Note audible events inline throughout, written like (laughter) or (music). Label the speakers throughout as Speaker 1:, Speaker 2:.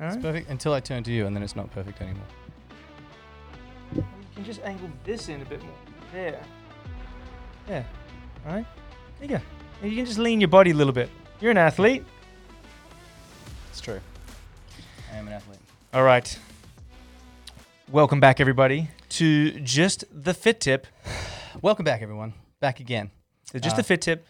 Speaker 1: All
Speaker 2: It's
Speaker 1: right.
Speaker 2: perfect until I turn to you, and then it's not perfect anymore.
Speaker 1: You can just angle this in a bit more. There. Yeah. All right. There you go. And You can just lean your body a little bit. You're an athlete.
Speaker 2: It's true. I am an athlete.
Speaker 1: All right. Welcome back, everybody, to just the fit tip.
Speaker 2: Welcome back, everyone. Back again.
Speaker 1: So just
Speaker 2: Uh,
Speaker 1: the fit tip,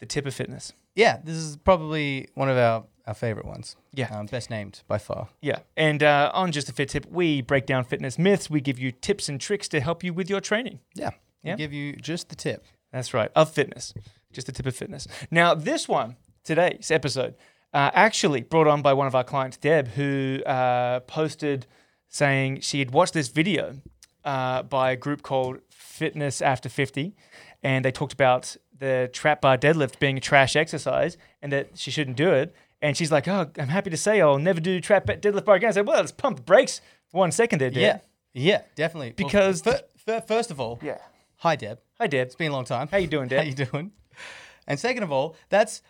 Speaker 1: the tip of fitness.
Speaker 2: Yeah, this is probably one of our, our favorite ones.
Speaker 1: Yeah.
Speaker 2: Um, best named by far.
Speaker 1: Yeah. And uh, on Just a Fit Tip, we break down fitness myths. We give you tips and tricks to help you with your training.
Speaker 2: Yeah.
Speaker 1: Yeah.
Speaker 2: We give you just the tip.
Speaker 1: That's right, of fitness. Just the tip of fitness. Now, this one, today's episode, uh, actually brought on by one of our clients, Deb, who uh, posted saying she had watched this video uh, by a group called Fitness After 50. And they talked about the trap bar deadlift being a trash exercise and that she shouldn't do it. And she's like, oh, I'm happy to say I'll never do trap bar- deadlift bar again. I said, well, let's pump the brakes for one second there, Deb.
Speaker 2: Yeah. Yeah, definitely. Well,
Speaker 1: Because-
Speaker 2: fir- fir- first of all,
Speaker 1: Yeah.
Speaker 2: hi, Deb.
Speaker 1: Hi, Deb.
Speaker 2: It's been a long time.
Speaker 1: How you doing,
Speaker 2: (laughs) How
Speaker 1: Deb?
Speaker 2: you doing? And second of all, that's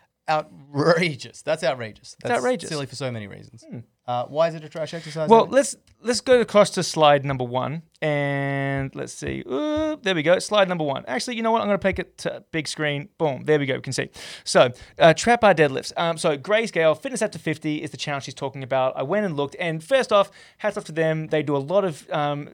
Speaker 2: outrageous. That's outrageous. That's
Speaker 1: outrageous. Hmm.
Speaker 2: Silly for so many reasons. Uh, why is it a trash exercise?
Speaker 1: Well,
Speaker 2: David?
Speaker 1: let's let's go across to slide number one, and let's see. Ooh, there we go. Slide number one. Actually, you know what? I'm going to take it to big screen. Boom. There we go. We can see. So, uh, trap bar deadlifts. Um, so, grayscale fitness up to 50 is the challenge she's talking about. I went and looked, and first off, hats off to them. They do a lot of um,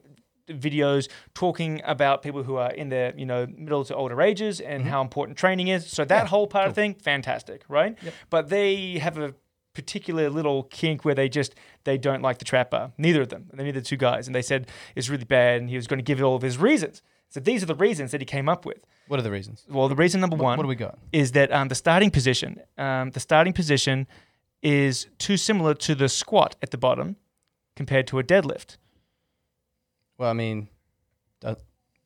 Speaker 1: videos talking about people who are in their you know middle to older ages and how important training is. So that whole part of thing, fantastic, right? But they have a particular little kink where they just they don't like the trapper. Neither of them, neither the two guys, and they said it's really bad, and he was going to give it all of his reasons. So these are the reasons that he came up with.
Speaker 2: what are the reasons?
Speaker 1: Well, the reason number one
Speaker 2: What do we got?
Speaker 1: is that um, the starting position, um, the starting position is too similar to the squat at the bottom compared to a deadlift.
Speaker 2: Well, I mean, do-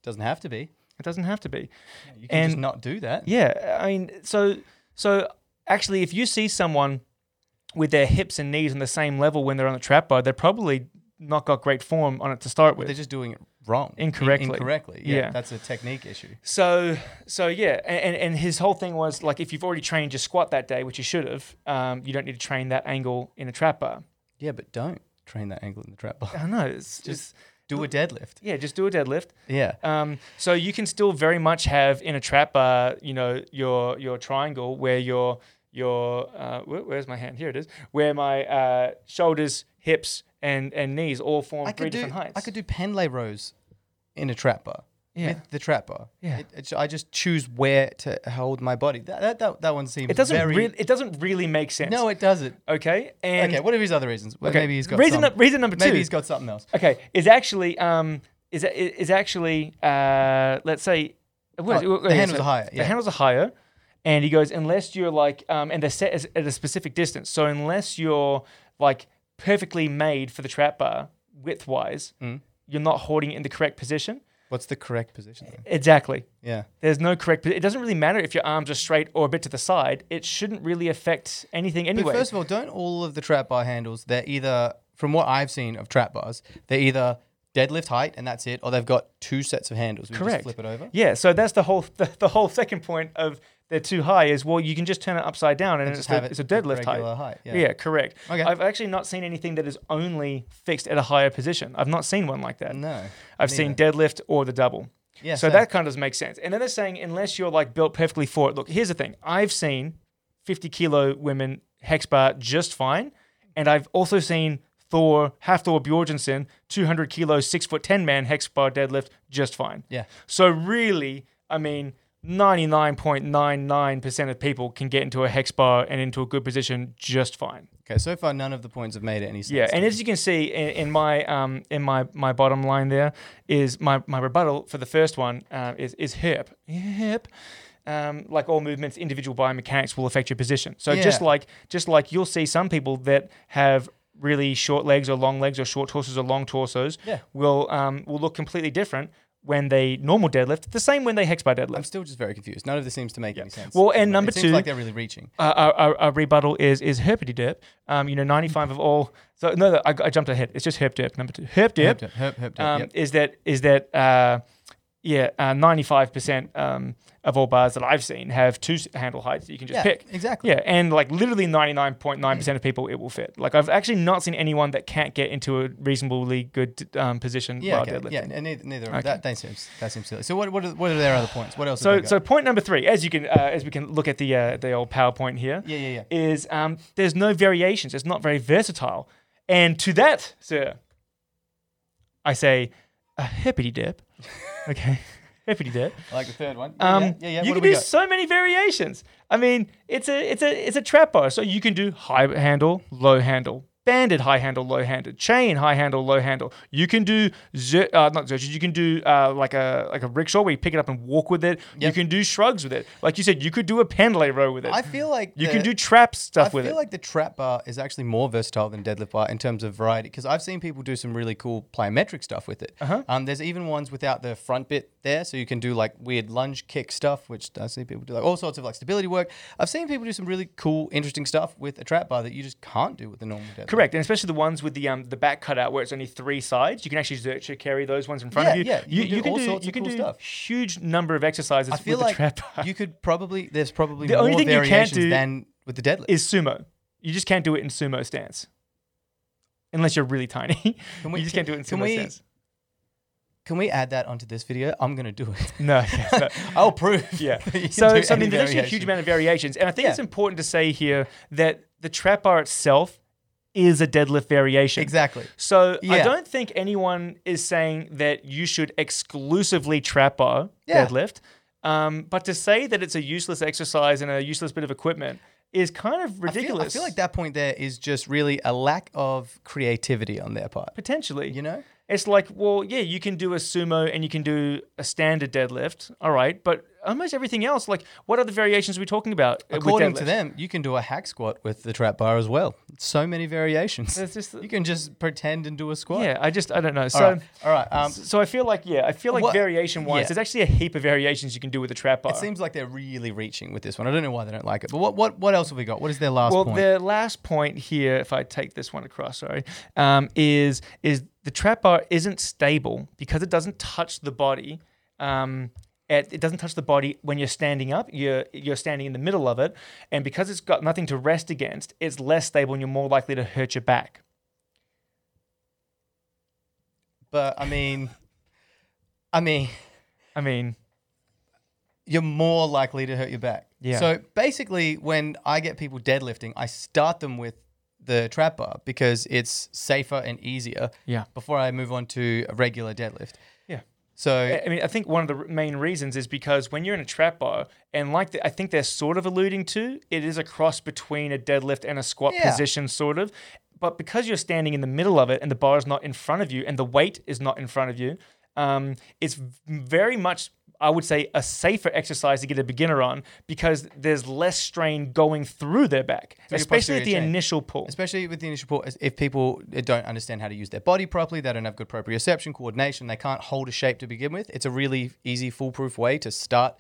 Speaker 2: doesn't have to be.
Speaker 1: It doesn't have to be.
Speaker 2: You can just
Speaker 1: And-
Speaker 2: not do that.
Speaker 1: Yeah, I mean, so so actually, if you see someone with their hips and knees on the same level when they're on the trap bar, they're probably not got great form on it to start with.
Speaker 2: They're just doing it wrong. In-
Speaker 1: Incorrectly.
Speaker 2: incorrectly. Yeah,
Speaker 1: Yeah.
Speaker 2: That's a technique issue.
Speaker 1: So so yeah, a- and and his whole thing was like, if you've already trained your squat that day, which you should have, um, you don't need to train that angle in a trap bar.
Speaker 2: Yeah, but don't train that angle in the trap bar.
Speaker 1: I know, it's just
Speaker 2: do a deadlift.
Speaker 1: yeah, just do a deadlift.
Speaker 2: Yeah.
Speaker 1: Um, so you can still very much have in a trap bar, you know, your your triangle where your your uh, where, where's my hand? Here it is. Where my uh, shoulders, hips, and and knees all form
Speaker 2: I
Speaker 1: three
Speaker 2: could do.
Speaker 1: different heights.
Speaker 2: I could do pen lay rows in a trap bar.
Speaker 1: Yeah.
Speaker 2: With the trap bar.
Speaker 1: Yeah.
Speaker 2: It, it's- I just choose where to hold my body. That that that, that one seems.
Speaker 1: It doesn't
Speaker 2: Very,
Speaker 1: really. It doesn't really make sense.
Speaker 2: no, it doesn't.
Speaker 1: Okay. And
Speaker 2: okay. What are his other reasons? Well,
Speaker 1: okay,
Speaker 2: Maybe he's got.
Speaker 1: reason.
Speaker 2: some-
Speaker 1: nu- reason number two.
Speaker 2: maybe he's got something else.
Speaker 1: okay. Is actually um is is actually uh let's say what is it?
Speaker 2: Oh, the
Speaker 1: Okay,
Speaker 2: handles
Speaker 1: so
Speaker 2: are higher,
Speaker 1: The
Speaker 2: yeah.
Speaker 1: handles are higher, and he goes unless you're like um and they're set as, at a specific distance. So unless you're like perfectly made for the trap bar width wise,
Speaker 2: Mm.
Speaker 1: you're not holding it in the correct position.
Speaker 2: What's the correct position? Then?
Speaker 1: Exactly.
Speaker 2: Yeah.
Speaker 1: There's no correct. It doesn't really matter if your arms are straight or a bit to the side. It shouldn't really affect anything
Speaker 2: But
Speaker 1: anyway.
Speaker 2: first of all, don't all of the trap bar handles? They're either, from what I've seen of trap bars, they're either deadlift height and that's it, or they've got two sets of handles. We
Speaker 1: Correct.
Speaker 2: Just flip it over.
Speaker 1: Yeah, so that's the whole (laughs) the, the whole second point of they're too high is well you can just turn it upside down and, it's,
Speaker 2: just
Speaker 1: the-
Speaker 2: have it
Speaker 1: it's a deadlift height.
Speaker 2: regular height, yeah.
Speaker 1: correct.
Speaker 2: Okay.
Speaker 1: I've actually not seen anything that is only fixed at a higher position. I've not seen one like that.
Speaker 2: No.
Speaker 1: I've seen deadlift or the double.
Speaker 2: Yeah,
Speaker 1: So
Speaker 2: same.
Speaker 1: that kind of does make sense. And then they're saying unless you're like built perfectly for it. Look, here's the thing. I've seen 50 kilo women hex bar just fine, and I've also seen Thor half Thor Bjorgensen 200 kilo six foot ten man hex bar deadlift just fine.
Speaker 2: Yeah.
Speaker 1: So really, I mean, 99.99% of people can get into a hex bar and into a good position just fine.
Speaker 2: Okay. So far, none of the points have made any sense.
Speaker 1: Yeah, and as you can see in, in my um, in my, my bottom line there is my, my rebuttal for the first one uh, is is hip hip. Um, like all movements, individual biomechanics will affect your position. So just
Speaker 2: Yeah.
Speaker 1: like just like you'll see some people that have really short legs or long legs or short torsos or long torsos
Speaker 2: Yeah.
Speaker 1: will um, will look completely different when they normal deadlift. The same when they hex by deadlift.
Speaker 2: I'm still just very confused. None of this seems to make any sense.
Speaker 1: Well, and number
Speaker 2: it seems
Speaker 1: two-
Speaker 2: like they're really reaching.
Speaker 1: uh, our, our, our rebuttal is is herpity dip. Um, you know, ninety five of all. So no, no I, I jumped ahead. It's just herp dip number two. Herp dip.
Speaker 2: Herp dip, herp, herp dip,
Speaker 1: um,
Speaker 2: yep.
Speaker 1: is that is that uh, yeah, uh, 95% um, of all bars that I've seen have two s- handle heights that you can just
Speaker 2: Yeah,
Speaker 1: pick.
Speaker 2: exactly.
Speaker 1: Yeah, and like literally 99.9% of people, it will fit. Like I've actually not seen anyone that can't get into a reasonably good um, position
Speaker 2: Yeah,
Speaker 1: while
Speaker 2: okay.
Speaker 1: deadlifting.
Speaker 2: yeah, and neither, neither
Speaker 1: Okay.
Speaker 2: that, that seems that seems silly. So what what are, what are their other points? What else? have
Speaker 1: So,
Speaker 2: they got?
Speaker 1: so point number three, as you can, uh, as we can look at the uh, the old PowerPoint here,
Speaker 2: yeah, yeah, yeah.
Speaker 1: is um, there's no variations. It's not very versatile. And to that, sir, I say a hippity
Speaker 2: (laughs)
Speaker 1: dip. Okay, hippity dip.
Speaker 2: I like the third one. Yeah,
Speaker 1: Um,
Speaker 2: yeah, yeah, yeah.
Speaker 1: You can
Speaker 2: what do
Speaker 1: do
Speaker 2: we got?
Speaker 1: so many variations. I mean, it's a it's a it's a trap bar. So you can do high handle, low handle, banded high handle, low handed, chain high handle, low handle. You can do zer- uh, not zerches. You can do uh, like a like a rickshaw where you pick it up and walk with it. You
Speaker 2: Yep.
Speaker 1: can do shrugs with it. Like you said, you could do a pendle row with it.
Speaker 2: I feel like
Speaker 1: you
Speaker 2: the-
Speaker 1: can do trap
Speaker 2: I
Speaker 1: stuff
Speaker 2: feel
Speaker 1: with it.
Speaker 2: like the trap bar is actually more versatile than deadlift bar in terms of variety because I've seen people do some really cool plyometric stuff with it. Uh-huh. Um, there's even ones without the front bit there, so you can do like weird lunge kick stuff, which I see people do like all sorts of like stability work. I've seen people do some really cool, interesting stuff with a trap bar that you just can't do with the normal deadlift.
Speaker 1: Correct, and especially the ones with the um the back cutout where it's only three sides, you can actually zercher carry those ones in front of
Speaker 2: Yeah,
Speaker 1: you.
Speaker 2: yeah, you can do all sorts
Speaker 1: you
Speaker 2: of
Speaker 1: can
Speaker 2: cool
Speaker 1: do
Speaker 2: stuff.
Speaker 1: huge number of exercises
Speaker 2: I feel
Speaker 1: with
Speaker 2: like
Speaker 1: the trap bar.
Speaker 2: you
Speaker 1: (laughs)
Speaker 2: could probably there's probably
Speaker 1: The
Speaker 2: more
Speaker 1: only thing you can't
Speaker 2: variations
Speaker 1: do
Speaker 2: than with the deadlift.
Speaker 1: is sumo. You just can't do it in sumo stance. Unless you're really tiny. (laughs)
Speaker 2: we-
Speaker 1: you just can't do it in
Speaker 2: can
Speaker 1: sumo
Speaker 2: we- (laughs)
Speaker 1: stance.
Speaker 2: can we add that onto this video? I'm gonna do it.
Speaker 1: No, yes, no.
Speaker 2: (laughs) I'll prove.
Speaker 1: Yeah.
Speaker 2: that (laughs) you can
Speaker 1: So,
Speaker 2: do
Speaker 1: so I
Speaker 2: any
Speaker 1: mean, there's actually a huge
Speaker 2: variation.
Speaker 1: amount of variations. And I think
Speaker 2: Yeah.
Speaker 1: it's important to say here that the trap bar itself is a deadlift variation.
Speaker 2: Exactly.
Speaker 1: So I
Speaker 2: Yeah.
Speaker 1: don't think anyone is saying that you should exclusively trap bar
Speaker 2: Yeah.
Speaker 1: deadlift. Um, but to say that it's a useless exercise and a useless bit of equipment is kind of
Speaker 2: I feel-
Speaker 1: ridiculous.
Speaker 2: I feel like that point there is just really a lack of creativity on their part.
Speaker 1: potentially.
Speaker 2: You know?
Speaker 1: It's like, well, yeah, you can do a sumo and you can do a standard deadlift, all right, but almost everything else, like, what other variations are we talking about? uh, with
Speaker 2: According to
Speaker 1: deadlift?
Speaker 2: them, you can do a hack squat with the trap bar as well. So many variations.
Speaker 1: There's just-
Speaker 2: you can just pretend and do a squat.
Speaker 1: yeah, I just, I don't know.
Speaker 2: All
Speaker 1: So,
Speaker 2: right. All right. Um,
Speaker 1: so I feel like, yeah, I feel like
Speaker 2: What-
Speaker 1: variation-wise,
Speaker 2: yeah.
Speaker 1: there's actually a heap of variations you can do with a trap bar.
Speaker 2: it seems like they're really reaching with this one. I don't know why they don't like it. But what what, what else have we got? What is their last
Speaker 1: well,
Speaker 2: point?
Speaker 1: the last point here, if I take this one across, sorry, um, is is the trap bar isn't stable because it doesn't touch the body. Um, at, it doesn't touch the body when you're standing up. You're you're standing in the middle of it, and because it's got nothing to rest against, it's less stable, and you're more likely to hurt your back.
Speaker 2: But I mean, I mean,
Speaker 1: I mean,
Speaker 2: you're more likely to hurt your back.
Speaker 1: Yeah.
Speaker 2: So basically, when I get people deadlifting, I start them with the trap bar because it's safer and easier.
Speaker 1: Yeah.
Speaker 2: Before I move on to a regular deadlift.
Speaker 1: yeah.
Speaker 2: So
Speaker 1: I I mean, I think one of the r- main reasons is because when you're in a trap bar, and like the, I think they're sort of alluding to, it is a cross between a deadlift and a squat
Speaker 2: Yeah.
Speaker 1: position, sort of. But because you're standing in the middle of it, and the bar is not in front of you, and the weight is not in front of you, um, it's v- very much, I would say, a safer exercise to get a beginner on because there's less strain going through their back,
Speaker 2: your
Speaker 1: especially at the
Speaker 2: posterior chain.
Speaker 1: initial pull.
Speaker 2: especially with the initial pull, as- if people eh, don't understand how to use their body properly, they don't have good proprioception, coordination, they can't hold a shape to begin with. It's a really easy, foolproof way to start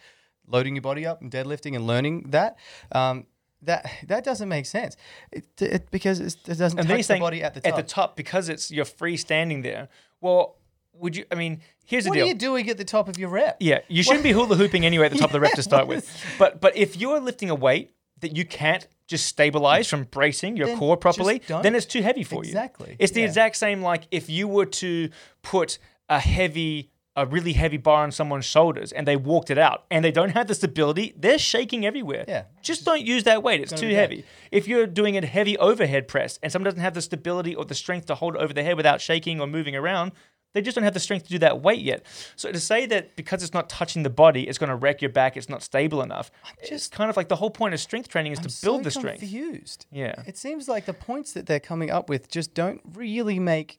Speaker 2: loading your body up and deadlifting and learning that. Um, that that doesn't make sense it, it, because it's, it doesn't
Speaker 1: And then
Speaker 2: touch
Speaker 1: he's
Speaker 2: the
Speaker 1: saying
Speaker 2: body at the top.
Speaker 1: because it's you're free standing there. Well, would you? I mean, here's
Speaker 2: what
Speaker 1: the deal.
Speaker 2: are you doing at the top of your rep?
Speaker 1: Yeah, you shouldn't be hula hooping anyway at the top of the rep to start
Speaker 2: (laughs)
Speaker 1: with. But but if you're lifting a weight that you can't just stabilize from bracing your
Speaker 2: Then
Speaker 1: core properly,
Speaker 2: just don't.
Speaker 1: then it's too heavy for you.
Speaker 2: Exactly,
Speaker 1: It's the
Speaker 2: yeah.
Speaker 1: exact same like if you were to put a heavy a really heavy bar on someone's shoulders and they walked it out and they don't have the stability, they're shaking everywhere.
Speaker 2: Yeah.
Speaker 1: Just don't use that weight. It's too
Speaker 2: be bad.
Speaker 1: heavy. If you're doing a heavy overhead press and someone doesn't have the stability or the strength to hold it over their head without shaking or moving around, they just don't have the strength to do that weight yet. So to say that because it's not touching the body, it's going to wreck your back, it's not stable enough, it's kind of like the whole point of strength training is to build the
Speaker 2: so
Speaker 1: strength.
Speaker 2: confused.
Speaker 1: Yeah.
Speaker 2: It seems like the points that they're coming up with just don't really make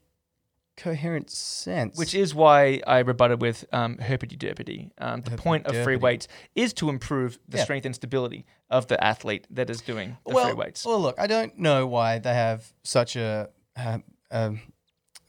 Speaker 2: coherent sense.
Speaker 1: Which is why I rebutted with um, herpity derpity. Um, the point of free
Speaker 2: Herpity-derpity.
Speaker 1: weights is to improve the
Speaker 2: Yeah.
Speaker 1: strength and stability of the athlete that is doing the
Speaker 2: well,
Speaker 1: free weights.
Speaker 2: well, look, I don't know why they have such a. Um, um,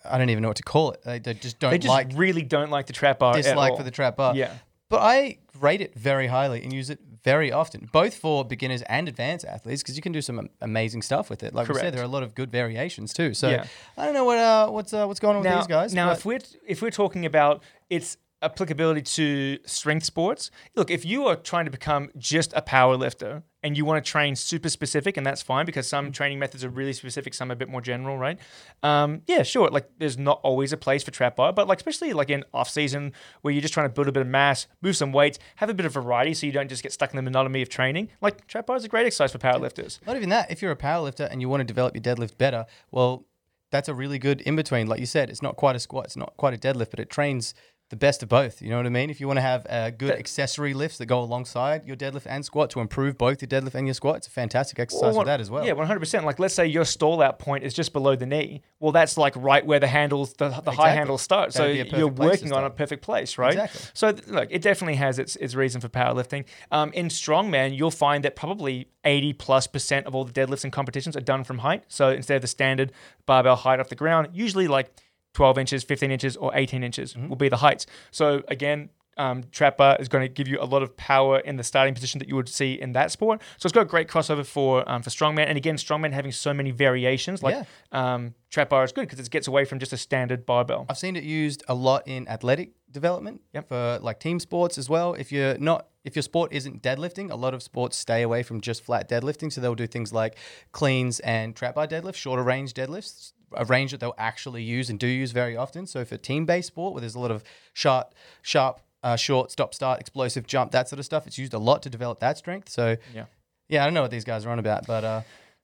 Speaker 2: I don't even know what to call it. They, they just don't
Speaker 1: They just
Speaker 2: like
Speaker 1: really don't like the trap bar. at
Speaker 2: dislike
Speaker 1: all.
Speaker 2: for the trap bar.
Speaker 1: Yeah.
Speaker 2: But I rate it very highly and use it very often, both for beginners and advanced athletes, because you can do some am- amazing stuff with it. Like we
Speaker 1: Correct.
Speaker 2: said, there are a lot of good variations too. So
Speaker 1: Yeah.
Speaker 2: I don't know what uh, what's uh, what's going on
Speaker 1: now,
Speaker 2: with these guys.
Speaker 1: Now,
Speaker 2: but-
Speaker 1: if we're if we're talking about it's a applicability to strength sports. Look, if you are trying to become just a power lifter and you want to train super specific, and that's fine because
Speaker 2: Mm.
Speaker 1: some training methods are really specific, some are a bit more general, right? Um, yeah, sure. Like there's not always a place for trap bar, but like especially like in off season where you're just trying to build a bit of mass, move some weights, have a bit of variety, so you don't just get stuck in the monotony of training. Like trap bar is a great exercise for powerlifters.
Speaker 2: Not even that. If you're a powerlifter and you want to develop your deadlift better, well, that's a really good in between. Like you said, it's not quite a squat, it's not quite a deadlift, but it trains the best of both. You know what I mean? If you want to have uh, good accessory lifts that go alongside your deadlift and squat to improve both your deadlift and your squat, it's a fantastic exercise
Speaker 1: Well,
Speaker 2: for that as well.
Speaker 1: Yeah, 100%. Like, let's say your stall out point is just below the knee. Well, that's like right where the handles, the, the high
Speaker 2: Exactly.
Speaker 1: handles start. So
Speaker 2: That'd be a perfect
Speaker 1: you're
Speaker 2: place to
Speaker 1: working on a
Speaker 2: start.
Speaker 1: perfect place, right?
Speaker 2: Exactly.
Speaker 1: So, th- look, it definitely has its, its reason for powerlifting. Um, in strongman, you'll find that probably 80 plus percent of all the deadlifts and competitions are done from height. So instead of the standard barbell height off the ground, usually like 12 inches, 15 inches, or 18 inches will be the heights. So again, um, trap bar is going to give you a lot of power in the starting position that you would see in that sport. So it's got a great crossover for um, for strongman, and again, strongman having so many variations. Like
Speaker 2: Yeah.
Speaker 1: um, trap bar is good because it gets away from just a standard barbell.
Speaker 2: I've seen it used a lot in athletic development
Speaker 1: Yep.
Speaker 2: for like team sports as well. If you're not if your sport isn't deadlifting, a lot of sports stay away from just flat deadlifting, so they'll do things like cleans and trap bar deadlifts, shorter range deadlifts, a range that they'll actually use and do use very often. So for team-based sport where there's a lot of sharp sharp uh, short stop start explosive jump that sort of stuff, it's used a lot to develop that strength. So
Speaker 1: Yeah.
Speaker 2: yeah, I don't know what these guys are on about, but uh,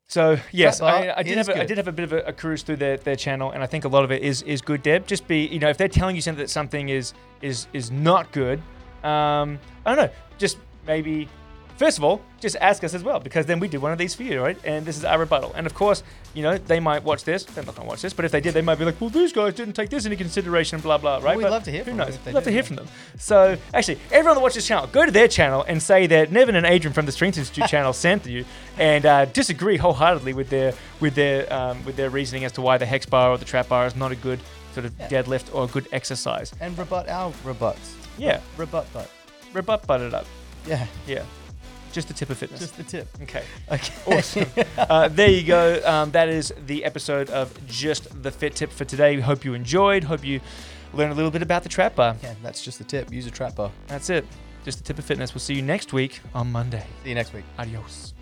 Speaker 1: So yes,
Speaker 2: Trap bar
Speaker 1: I, I did
Speaker 2: is
Speaker 1: have a, I
Speaker 2: good.
Speaker 1: did have a bit of a, a cruise through their, their channel, and I think a lot of it is is good. Deb, just be you know if they're telling you something that something is is is not good, um, I don't know. Just maybe first of all, just ask us as well because then we did one of these for you, right? And this is our rebuttal. And of course, you know they might watch this. They're not gonna watch this, but if they did, they might be like, well, these guys didn't take this into consideration, blah blah, right?
Speaker 2: we'd
Speaker 1: But
Speaker 2: love to hear
Speaker 1: who
Speaker 2: from them
Speaker 1: knows?
Speaker 2: if they
Speaker 1: We'd love
Speaker 2: did,
Speaker 1: to hear
Speaker 2: yeah.
Speaker 1: from them. So actually, everyone that watches this channel, go to their channel and say that Nevin and Adrian from the Strength
Speaker 2: (laughs)
Speaker 1: Institute channel sent you, and uh, disagree wholeheartedly with their with their um, with their reasoning as to why the hex bar or the trap bar is not a good sort of deadlift or a good exercise.
Speaker 2: and rebut our rebuts.
Speaker 1: Yeah,
Speaker 2: Rebut but
Speaker 1: rebut butt it up.
Speaker 2: yeah,
Speaker 1: Yeah, just the tip of fitness.
Speaker 2: just the tip.
Speaker 1: okay.
Speaker 2: Okay.
Speaker 1: (laughs) Awesome. uh, there you go. Um, that is the episode of Just the Fit Tip for today. We hope you enjoyed. Hope you learned a little bit about the trap bar.
Speaker 2: Yeah, that's just the tip. Use a trap bar.
Speaker 1: That's it. Just the tip of fitness. We'll see you next week on Monday.
Speaker 2: See you next week.
Speaker 1: Adios.